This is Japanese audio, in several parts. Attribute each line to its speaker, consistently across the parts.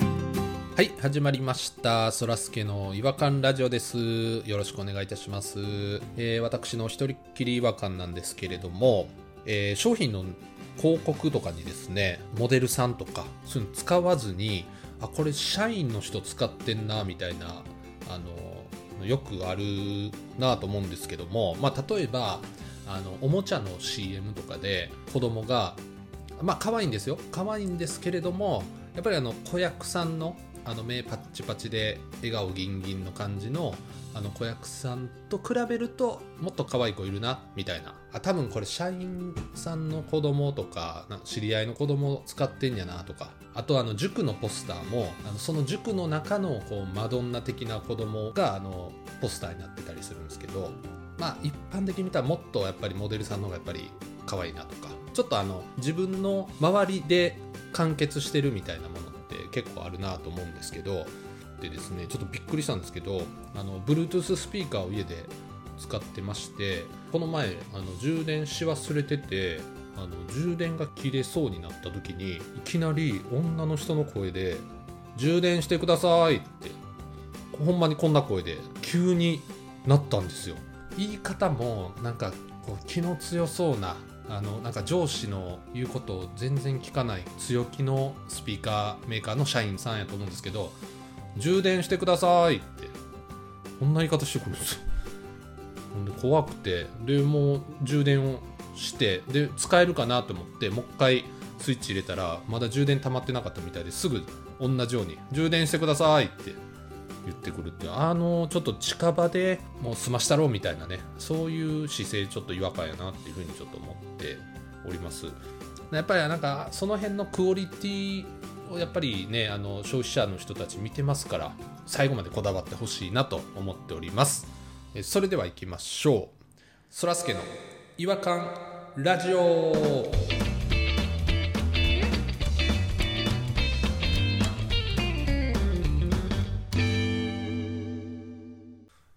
Speaker 1: はい始まりましたそらすけの違和感ラジオですよろしくお願いいたします、えー私の一人っきり違和感なんですけれども、えー商品の広告とかにですねモデルさんとかそういうの使わずにあこれ社員の人使ってんなみたいなあのよくあるなと思うんですけども、まあ、例えばあのおもちゃの CM とかで子供がまあ可愛いんですよ可愛いんですけれどもやっぱりあの子役さんのあの目パッチパチで笑顔ギンギンの感じのあの子役さんと比べるともっと可愛い子いるなみたいなあ多分これ社員さんの子供とかな知り合いの子供使ってんやなとかあとあの塾のポスターもあのその塾の中のこうマドンナ的な子供があのポスターになってたりするんですけどまあ一般的に見たらもっとやっぱりモデルさんの方がやっぱり可愛いなとかちょっとあの自分の周りで完結してるみたいなものって結構あるなと思うんですけどでですねちょっとびっくりしたんですけどあの Bluetooth スピーカーを家で使ってましてこの前あの充電し忘れててあの充電が切れそうになった時にいきなり女の人の声で「充電してください」ってほんまにこんな声で急になったんですよ言い方もなんかこう気の強そうなあのなんか上司の言うことを全然聞かない強気のスピーカーメーカーの社員さんやと思うんですけど充電してくださいってこんな言い方してくるんですよほんで怖くてでもう充電をしてで使えるかなと思ってもう一回スイッチ入れたらまだ充電溜まってなかったみたいですぐ同じように充電してくださいって言ってくるってあのちょっと近場でもう済ましたろうみたいなねそういう姿勢ちょっと違和感やなっていうふうにちょっと思っておりますやっぱりなんかその辺のクオリティをやっぱりねあの消費者の人たち見てますから最後までこだわってほしいなと思っておりますえそれでは行きましょうそらすけの違和感ラジオ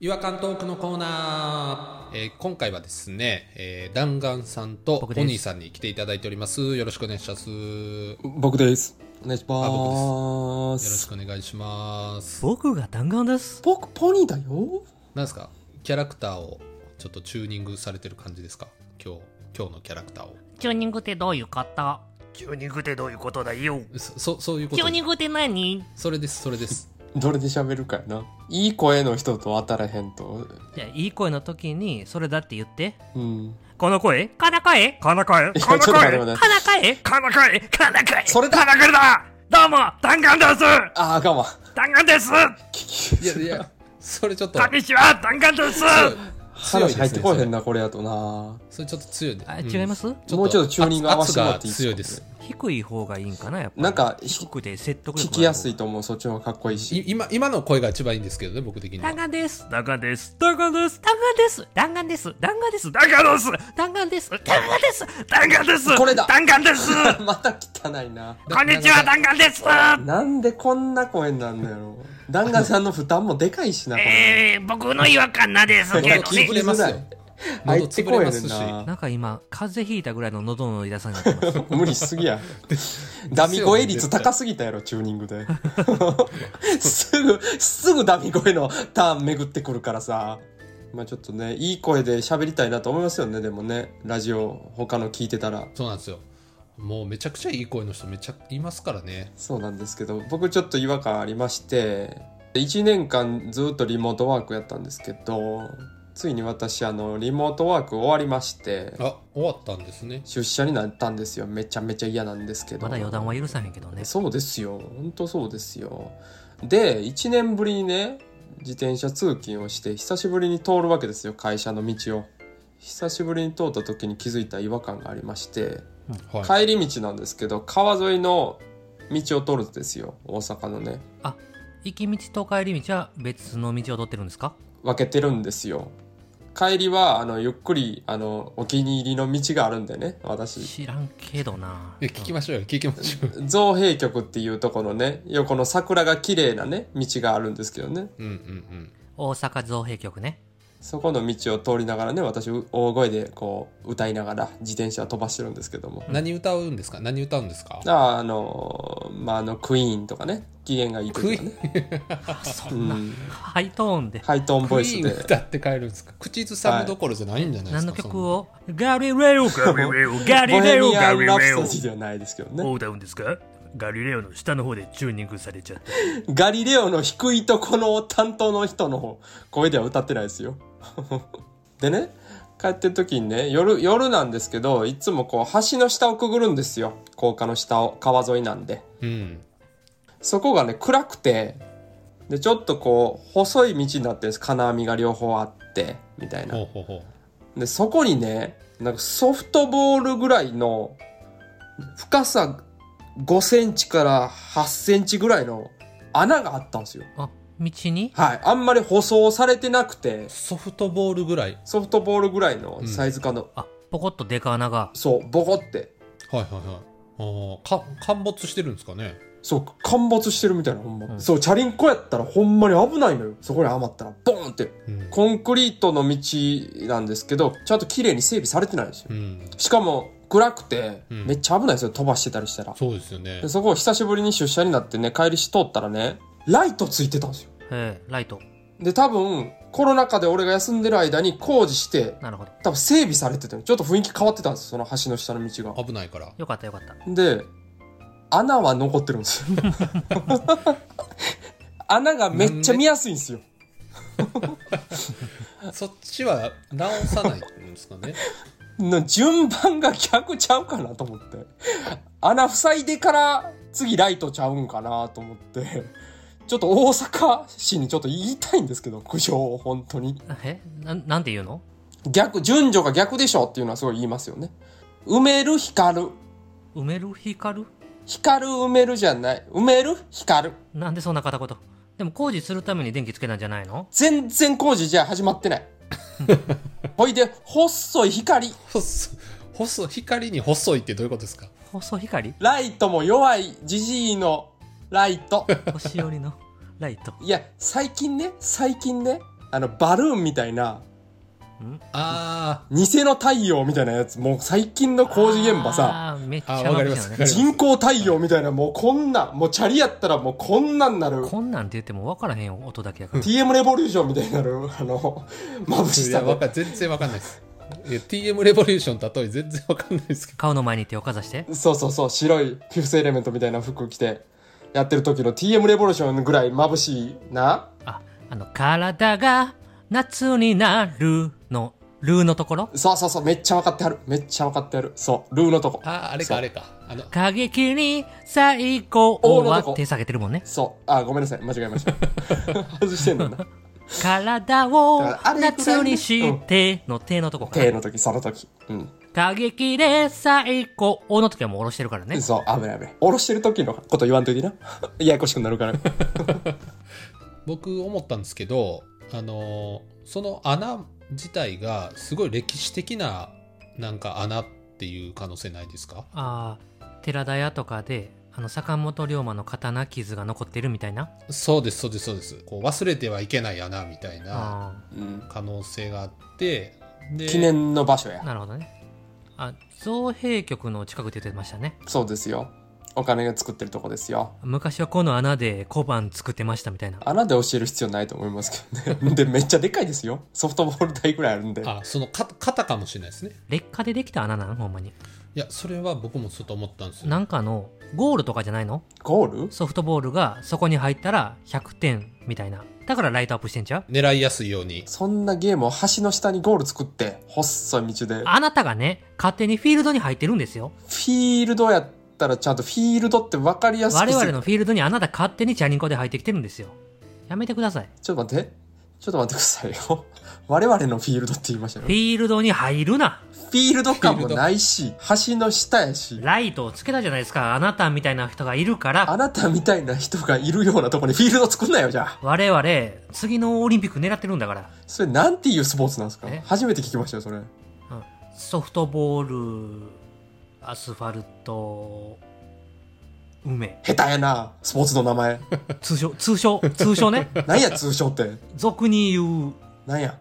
Speaker 1: 違和感トークのコーナー、えー今回はですね、えー、弾丸さんと
Speaker 2: 僕です
Speaker 1: ポニーさんに来ていただいておりますよろしくお願いしますよ
Speaker 3: 僕です。お願いし
Speaker 1: あ
Speaker 3: ま
Speaker 1: ろし
Speaker 3: す。
Speaker 1: くお願いします
Speaker 2: 僕が弾丸です
Speaker 3: 僕、ポニーだよ。
Speaker 1: なんですかキャラクターをちょっとチューニングされてる感じですか今日今日のキャラクターを
Speaker 2: チューニングってどういうこと
Speaker 4: チューニングってどういうことだよ
Speaker 1: そそそういうこ
Speaker 2: チュ
Speaker 1: と
Speaker 2: ーニングって何
Speaker 1: それですそれです
Speaker 3: どれで喋るかやな。いい声の人と当たらへんと。
Speaker 2: じゃあいい声の時にそれだって言って
Speaker 3: うん。
Speaker 4: この声かなかえかなかえ
Speaker 3: いや、ち
Speaker 4: か
Speaker 3: ょっ
Speaker 4: な
Speaker 3: と待
Speaker 4: か
Speaker 3: って
Speaker 4: え
Speaker 3: 待って。
Speaker 2: かなかえ
Speaker 4: かなかえかなかえ
Speaker 3: それだ
Speaker 4: かなかえだどうも弾丸です
Speaker 3: あ、あかんわ。
Speaker 4: 弾丸です
Speaker 1: いやいやそれちょっと
Speaker 4: こんにちは弾丸です
Speaker 1: 強い強い
Speaker 3: 話入ってこ
Speaker 1: です
Speaker 3: へん
Speaker 1: ね
Speaker 3: な、これやとな。
Speaker 1: それそれちょっと強いで
Speaker 2: あ
Speaker 1: うん
Speaker 2: 違います、
Speaker 1: と
Speaker 3: もうちょっとチューニング合わせてもらっていい
Speaker 1: 圧
Speaker 3: で
Speaker 1: が強
Speaker 3: すか
Speaker 1: いです
Speaker 2: 低い方がいいんかなやっぱり
Speaker 3: なんか
Speaker 2: 低くて説得力
Speaker 3: 聞
Speaker 2: が
Speaker 3: きやすいと思う。そっちの方がかっこいい
Speaker 1: い
Speaker 3: し。
Speaker 1: 今今の声が一番いいんですけどね僕的には
Speaker 2: 弾丸です
Speaker 4: 弾丸です
Speaker 2: 弾丸です弾丸です弾丸です弾丸です
Speaker 4: 弾丸です
Speaker 2: 弾丸です弾丸です
Speaker 4: 弾丸です
Speaker 3: これだ
Speaker 4: 弾丸です
Speaker 3: また汚いな。
Speaker 4: こんにちは弾丸です
Speaker 3: なんでこんな声になんのやろ。弾丸さんの負担もでかいしな、これ。
Speaker 4: えー、僕の違和感なんですけど
Speaker 1: 喉
Speaker 4: ね
Speaker 1: 潰れますよ
Speaker 3: 入
Speaker 1: 喉
Speaker 3: って
Speaker 1: 潰
Speaker 3: こ
Speaker 1: れ
Speaker 3: へ
Speaker 1: ま
Speaker 3: んね
Speaker 1: す
Speaker 3: ん
Speaker 1: し
Speaker 3: な。
Speaker 2: なんか今風邪ひいたぐらいの喉の痛さに なってます
Speaker 3: 無理しすぎや。ダミ声率高すぎたやろ、チューニング で。すぐ、すぐダミ声のターン巡ってくるからさ。まあちょっとね、いい声で喋りたいなと思いますよね、でもね。ラジオ、他の聞いてたら。
Speaker 1: そうなんですよもうめちゃくちゃいい声の人めちゃいますからね
Speaker 3: そうなんですけど、僕ちょっと違和感ありまして、1年間ずっとリモートワークやったんですけど、ついに私、あの、リモートワーク終わりまして、
Speaker 1: あ終わったんですね
Speaker 3: 出社になったんですよ。めちゃめちゃ嫌なんですけど。
Speaker 2: まだ予断は許さへんけどね
Speaker 3: そうですよ本当そうですよで1年ぶりにね自転車通勤をして久しぶりに通るわけですよ会社の道を久しぶりに通った時に気づいた違和感がありまして、
Speaker 1: はい
Speaker 3: 帰り道なんですけど川沿いの道を通るんですよ大阪のね
Speaker 2: 行き道と帰り道は別の道を取ってるんですか
Speaker 3: 分けてるんですよ帰りはあのゆっくりあのお気に入りの道があるんでね私
Speaker 2: 知らんけどな
Speaker 1: え聞きましょうよ聞きましょうよ
Speaker 3: 造幣局っていうところのね横の桜が綺麗なね道があるんですけどね
Speaker 1: うんうんうん
Speaker 2: 大阪造幣局ね
Speaker 3: そこの道を通りながらね私う大声でこう歌いながら自転車飛ばしてるんですけども、
Speaker 1: 何歌うんですか何歌うんですか
Speaker 3: あーあのーまああのクイーンとかね機嫌がいい時とかね
Speaker 2: そんな
Speaker 3: うん
Speaker 2: ハイトーンで
Speaker 3: ハイトーンボ
Speaker 1: クイ
Speaker 3: イス
Speaker 1: ーン
Speaker 3: で
Speaker 1: 歌って帰るんですか口ずさむどころじゃないんじゃないですか
Speaker 2: 何の曲
Speaker 1: そ
Speaker 2: を
Speaker 4: ガリレオ、ガリレオ、ガ
Speaker 3: ボ
Speaker 4: リ
Speaker 3: ヘ
Speaker 4: レオ、
Speaker 3: ミア
Speaker 4: ガ
Speaker 3: ン・
Speaker 4: リ
Speaker 3: ラプ
Speaker 4: レ
Speaker 3: ソディ
Speaker 4: オ。
Speaker 3: ではないですけどね
Speaker 4: を歌うんですかガリレオの下の方でチューニングされちゃった。
Speaker 3: ガリレオの低いとこの担当の人の声では歌ってないですよ。 でね、帰ってる時にね、夜、夜なんですけど、いつもこう橋の下をくぐるんですよ。高架の下を、川沿いなんで。
Speaker 1: うん
Speaker 3: そこがね、暗くて、で、ちょっとこう、細い道になってるんです。金網が両方あって、みたいな
Speaker 1: ほう。ほうほう
Speaker 3: で、そこにね、なんかソフトボールぐらいの、深さ5センチから8センチぐらいの穴があったんですよ。
Speaker 2: あ道に
Speaker 3: はい。あんまり舗装されてなくて、
Speaker 1: ソフトボールぐらい
Speaker 3: ソフトボールぐらいのサイズ感の、
Speaker 2: あポコッとデカ穴が
Speaker 3: そう、ボコって。
Speaker 1: はいはいはいあーか陥没してるんですかね
Speaker 3: そう、陥没してるみたいな、ほんま。
Speaker 2: ん
Speaker 3: そう、チャリンコやったらほんまに危ないのよ。そこに余ったら、ボーンって。
Speaker 1: うん、
Speaker 3: コンクリートの道なんですけど、ちゃんと綺麗に整備されてないんですよ。
Speaker 1: うん、
Speaker 3: しかも、暗くて、
Speaker 1: うん
Speaker 3: めっちゃ危ないですよ、飛ばしてたりしたら。
Speaker 1: そうですよね
Speaker 3: でそこを久しぶりに出社になってね、帰りし通ったらね、ライトついてたんですよ。
Speaker 2: えーライト
Speaker 3: で、多分、コロナ禍で俺が休んでる間に工事して、
Speaker 2: なるほど
Speaker 3: 多分整備されてて、ちょっと雰囲気変わってたんですよ、その橋の下の道が。
Speaker 1: 危ないから
Speaker 2: よかったよかった
Speaker 3: で、穴は残ってるんです よ。穴がめっちゃ見やすいんですよ。
Speaker 1: そっちは直さないんですかね
Speaker 3: の順番が逆ちゃうかなと思って。穴塞いでから次ライトちゃうんかなと思って。ちょっと大阪市にちょっと言いたいんですけど、苦情を本当に。
Speaker 2: えなんなんて言うの
Speaker 3: 逆、順序が逆でしょっていうのはすごい言いますよね。埋める光る。
Speaker 2: 埋める光る
Speaker 3: 光る埋めるじゃない。埋める光る。
Speaker 2: なんでそんな片言でも工事するために電気つけたんじゃないの
Speaker 3: 全然工事じゃ始まってない。ほいで、細い光。
Speaker 1: 細細光に細いってどういうことですか
Speaker 2: 細光
Speaker 3: ライトも弱いジジイのライト。
Speaker 2: 年寄りのライト
Speaker 3: いや、最近ね、最近ね、あの、バルーンみたいな、
Speaker 1: あ
Speaker 3: 偽の太陽みたいなやつ、もう最近の工事現場さ、
Speaker 2: あーめっち
Speaker 1: あ
Speaker 2: ゃ
Speaker 1: ーわかりま
Speaker 2: 眩しい
Speaker 1: すわか
Speaker 2: よ
Speaker 1: りま
Speaker 2: ね
Speaker 1: す
Speaker 3: 人工太陽みたいな、もうこんなん、もうチャリやったらもうこんなんなる。
Speaker 2: こんなんって言っても分からへんよ音だけやから
Speaker 3: TM レボリューションみたいになる、あの、眩
Speaker 1: あい
Speaker 3: し
Speaker 1: や
Speaker 3: さ
Speaker 1: わか
Speaker 3: で。
Speaker 1: 全然わかんないですいや TM レボリューションの例え全然わかんないですけど
Speaker 2: 顔の前に手をかざして
Speaker 3: そうそうそう、白いフィフスエレメントみたいな服着て、やってる時の TM レボリューションぐらい眩しいな。
Speaker 2: ああの体が夏になるのルーのところ
Speaker 3: そうそうそう、めっちゃ分かってはる。めっちゃ分かってはる。そう、ルーのとこ。
Speaker 1: あああれ
Speaker 3: そう
Speaker 1: かあれかあの
Speaker 2: 過激に最高
Speaker 3: おーの
Speaker 2: は
Speaker 3: とこ
Speaker 2: 手下げてるもんね
Speaker 3: そう。あ、ごめんなさい。間違え ました。外してんだな。
Speaker 2: 体を
Speaker 3: だからあれぐらいね
Speaker 2: 夏にしての手のとこか
Speaker 3: 手の時、その時。うん。
Speaker 2: 過激で最高の時はもう下ろしてるからね
Speaker 3: そう、危ない危ない。下ろしてる時のこと言わんときな。 ややこしくなるから。
Speaker 1: 僕思ったんですけどあのーその穴自体がすごい歴史的ななんか穴っていう可能性ないですか
Speaker 2: ああ寺田屋とかであの坂本龍馬の刀傷が残ってるみたいな
Speaker 1: そうですそうですそうですこう忘れてはいけない穴みたいな
Speaker 2: あ
Speaker 3: うん。
Speaker 1: 可能性があってで
Speaker 3: 記念の場所
Speaker 2: あ
Speaker 3: や。
Speaker 2: なるほどねあ造幣局の近くって言ってましたね
Speaker 3: そうですよ。お金が作ってるとこですよ。
Speaker 2: 昔はこの穴で小判作ってましたみたいな
Speaker 3: 穴で教える必要ないと思いますけどね。で、めっちゃでかいですよ。ソフトボール台ぐらいあるんで。
Speaker 1: あそのか肩かもしれないですね
Speaker 2: 劣化でできた穴なんほんまに
Speaker 1: いやそれは僕もちょっと思ったんですよ
Speaker 2: なんかのゴールとかじゃないの
Speaker 3: ゴール
Speaker 2: ソフトボールがそこに入ったら100点みたいなだからライトアップしてんちゃう
Speaker 1: 狙いやすいように
Speaker 3: そんなゲームを橋の下にゴール作って、細い道で。フ
Speaker 2: あなたがね勝手にフィールドに入ってるんですよ
Speaker 3: ィールドやったらちゃんとフィールドって分かりやすく
Speaker 2: 我々のフィールドにあなた勝手にチャリンコで入ってきてるんですよやめてください
Speaker 3: ちょっと待って。ちょっと待ってくださいよ。 我々のフィールドって言いましたよ。
Speaker 2: フ
Speaker 3: フ
Speaker 2: ィールドに入るな
Speaker 3: ィールド感もないし、橋の下やし、
Speaker 2: ライトをつけたじゃないですかあなたみたいな人がいるから
Speaker 3: あなたみたいな人がいるようなとこにフィールド作んなよ、じゃあ。
Speaker 2: 我々次のオリンピック狙ってるんだから
Speaker 3: それなんていうスポーツなんですか
Speaker 2: え
Speaker 3: 初めて聞きましたよ、それ。
Speaker 2: うんソフトボールアスファルト梅
Speaker 3: 下手やな、スポーツの名前。
Speaker 2: 通称通称通称ね
Speaker 3: なんや、通称って。
Speaker 2: 俗に言う
Speaker 3: なんや。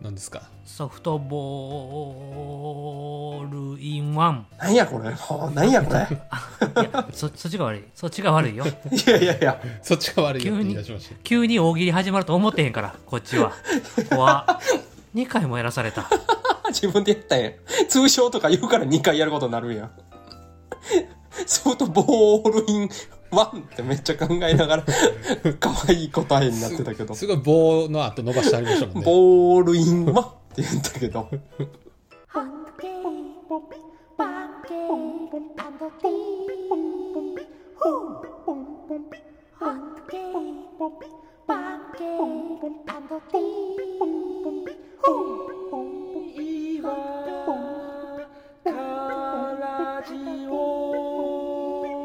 Speaker 1: 何ですか
Speaker 2: ソフトボールインワン
Speaker 3: なんやこれもうなんやこれ
Speaker 2: いやそそっちが悪いそっちが悪い
Speaker 3: い
Speaker 2: よ
Speaker 3: やいやいや
Speaker 1: そっちが悪いよって言い出しまし
Speaker 2: 急に大喜利始まると思ってへんからこっちは怖っ2回もやらされた
Speaker 3: 自分でやったんや通称とか言うから2回やることになるんやソフトボールインワンってめっちゃ考えながら可愛い答えになってたけ ど
Speaker 1: たすごい棒の後伸ばしてありましたもんね
Speaker 3: ボールインワンって言ったけど
Speaker 5: Hungry,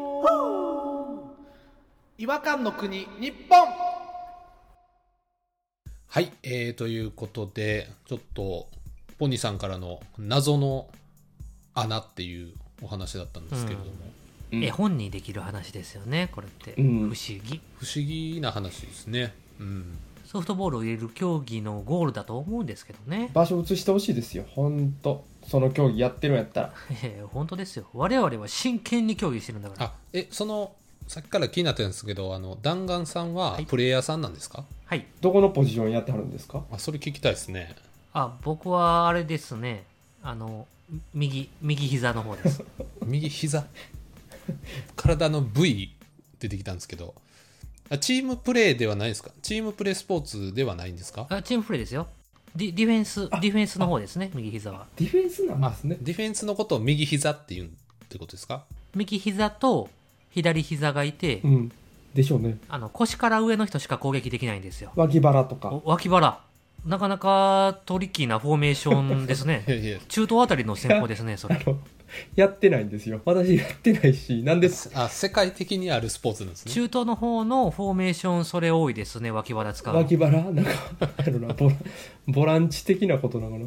Speaker 6: 違和感の国日本
Speaker 1: はいえー、ということでちょっとポニーさんからの謎の穴っていうお話だったんですけれども、
Speaker 3: うん
Speaker 2: 絵本にできる話ですよねこれって、
Speaker 3: うん
Speaker 2: 不思議
Speaker 1: 不思議な話ですねうん
Speaker 2: ソフトボールを入れる競技のゴールだと思うんですけどね
Speaker 7: 場所移してほしいですよほんとその競技やってるんやったら
Speaker 2: ええ本当ですよ我々は真剣に競技してるんだから
Speaker 1: あえそのさっきから気になってるんですけどあの弾丸さんは
Speaker 2: はい
Speaker 1: プレイヤーさんなんですか、
Speaker 2: はい
Speaker 7: どこのポジションやってはるんですか
Speaker 1: あそれ聞きたいですね
Speaker 2: あ僕はあれですねあの右右膝の方です
Speaker 1: 右膝 体の部位出てきたんですけどあチームプレーではないですかチームプレースポーツではないんですか
Speaker 2: あチームプレーですよディディフェンスディフェンスの方ですね右膝は
Speaker 7: ディフェンスなんですね
Speaker 1: ディフェンスのことを右膝って言うってことですか
Speaker 2: 右膝と左膝がいて、
Speaker 7: うんでしょうね
Speaker 2: あの腰から上の人しか攻撃できないんですよ
Speaker 7: 脇腹とか
Speaker 2: お脇腹なかなかトリッキーなフォーメーションです ね
Speaker 1: いやいや
Speaker 2: 中東あたりの戦法ですねそ
Speaker 7: あ
Speaker 2: れ
Speaker 7: のやってないんですよ私やってないしなんで
Speaker 1: あ世界的にあるスポーツなんですね
Speaker 2: 中東の方のフォーメーションそれ多いですね脇腹使うの
Speaker 7: 脇腹なんかなんやろなボラボランチ的なことなのか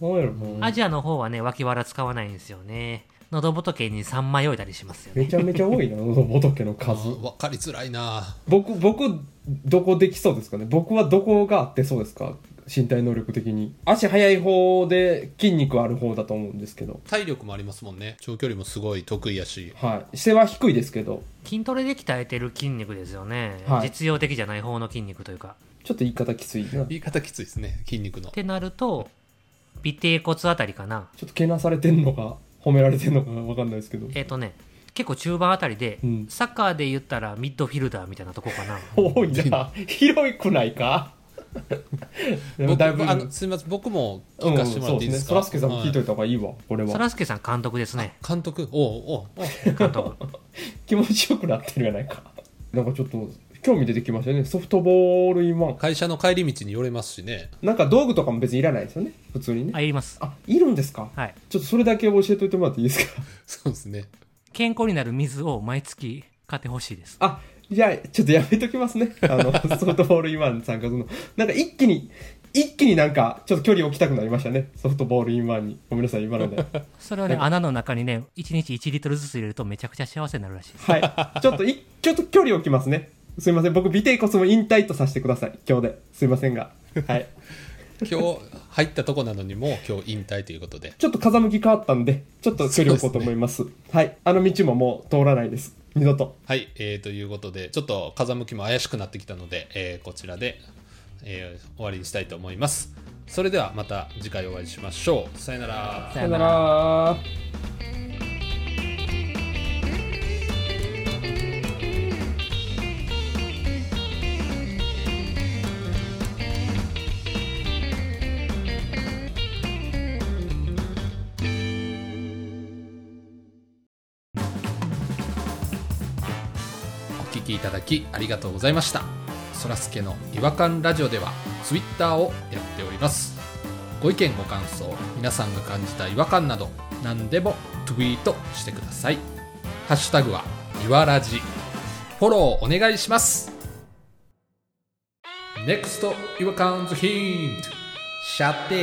Speaker 7: ななんやろもう
Speaker 2: アジアの方はね脇腹使わないんですよね喉仏に3枚置いたりしますよ
Speaker 7: め
Speaker 2: ね
Speaker 7: ちゃめちゃ多いな喉仏の
Speaker 1: あ
Speaker 7: 数
Speaker 1: 分かりづらいな
Speaker 7: 僕僕どこできそうですかね僕はどこがあってそうですか身体能力的に足速い方で筋肉ある方だと思うんですけど
Speaker 1: 体力もありますもんね長距離もすごい得意やし
Speaker 7: はい背は低いですけど
Speaker 2: 筋トレで鍛えてる筋肉ですよね、
Speaker 7: はい
Speaker 2: 実用的じゃない方の筋肉というか
Speaker 7: ちょっと言い方きついなちょ
Speaker 1: 言い方きついですね筋肉の
Speaker 2: ってなると尾低骨あたりかな
Speaker 7: っとけなされてんのか褒められてんのかわかんないですけど
Speaker 2: えっ、とね結構中盤あたりで、
Speaker 7: うん
Speaker 2: サッカーで言ったらミッドフィルダーみたいなとこかな
Speaker 7: 多いな広いくないかでも
Speaker 1: 僕
Speaker 7: だいぶ
Speaker 1: あのすみません僕も
Speaker 7: う
Speaker 1: 聞
Speaker 7: ん、
Speaker 1: かせてもらっ
Speaker 7: そう
Speaker 1: てい
Speaker 7: で
Speaker 1: いで
Speaker 7: すね。
Speaker 1: す
Speaker 7: そ
Speaker 1: か、
Speaker 7: らすけさん聞いと
Speaker 1: はい
Speaker 7: た方がいいわ、これ
Speaker 2: そ
Speaker 7: は。
Speaker 2: らすけさん監督ですね
Speaker 1: 監督おうおうおう
Speaker 2: 監督
Speaker 7: 気持ちよくなってるやないか。なんかちょっと、興味出てきましたね。ソフトボールインワン。
Speaker 1: 会社の帰り道に寄れますしね
Speaker 7: なんか道具とかも別にいらないですよね。普通にね。
Speaker 2: あいります
Speaker 7: あ、いるんですか
Speaker 2: はい
Speaker 7: ちょっとそれだけ教えといてもらってい いですか
Speaker 1: そうですね
Speaker 2: 健康になる水を毎月買ってほしいです
Speaker 7: あ、じゃあ、ちょっとやめときますね。あの、ソフトボールインワン参加するの。なんか一気に、一気になんか、ちょっと距離置きたくなりましたね。ソフトボールインワンに。ごめんなさい、今ので。
Speaker 2: それはね穴の中にね1日1リットルずつ入れるとめちゃくちゃ幸せになるらしいです
Speaker 7: はい。ちょっとい、ちょっと距離置きますね。すいません。僕、尾低骨も引退とさせてください。今日で。すいませんが。はい。
Speaker 1: 今日入ったとこなのにもう今日引退ということで
Speaker 7: ちょっと風向き変わったんで、ちょっと距離置こうと思います。はい。あの道ももう通らないです。二度と。
Speaker 1: はい、えー、ということでちょっと風向きも怪しくなってきたので、えーこちらで、えー終わりにしたいと思いますそれではまた次回お会いしましょうさよなら
Speaker 2: さ
Speaker 7: さよなら。
Speaker 1: お聞きいただきありがとうございましたそらすけの違和感ラジオではツイッターをやっておりますご意見ご感想皆さんが感じた違和感など何でもツイートしてくださいハッシュタグはいわらじフォローお願いします NEXT 違和感ズヒント射程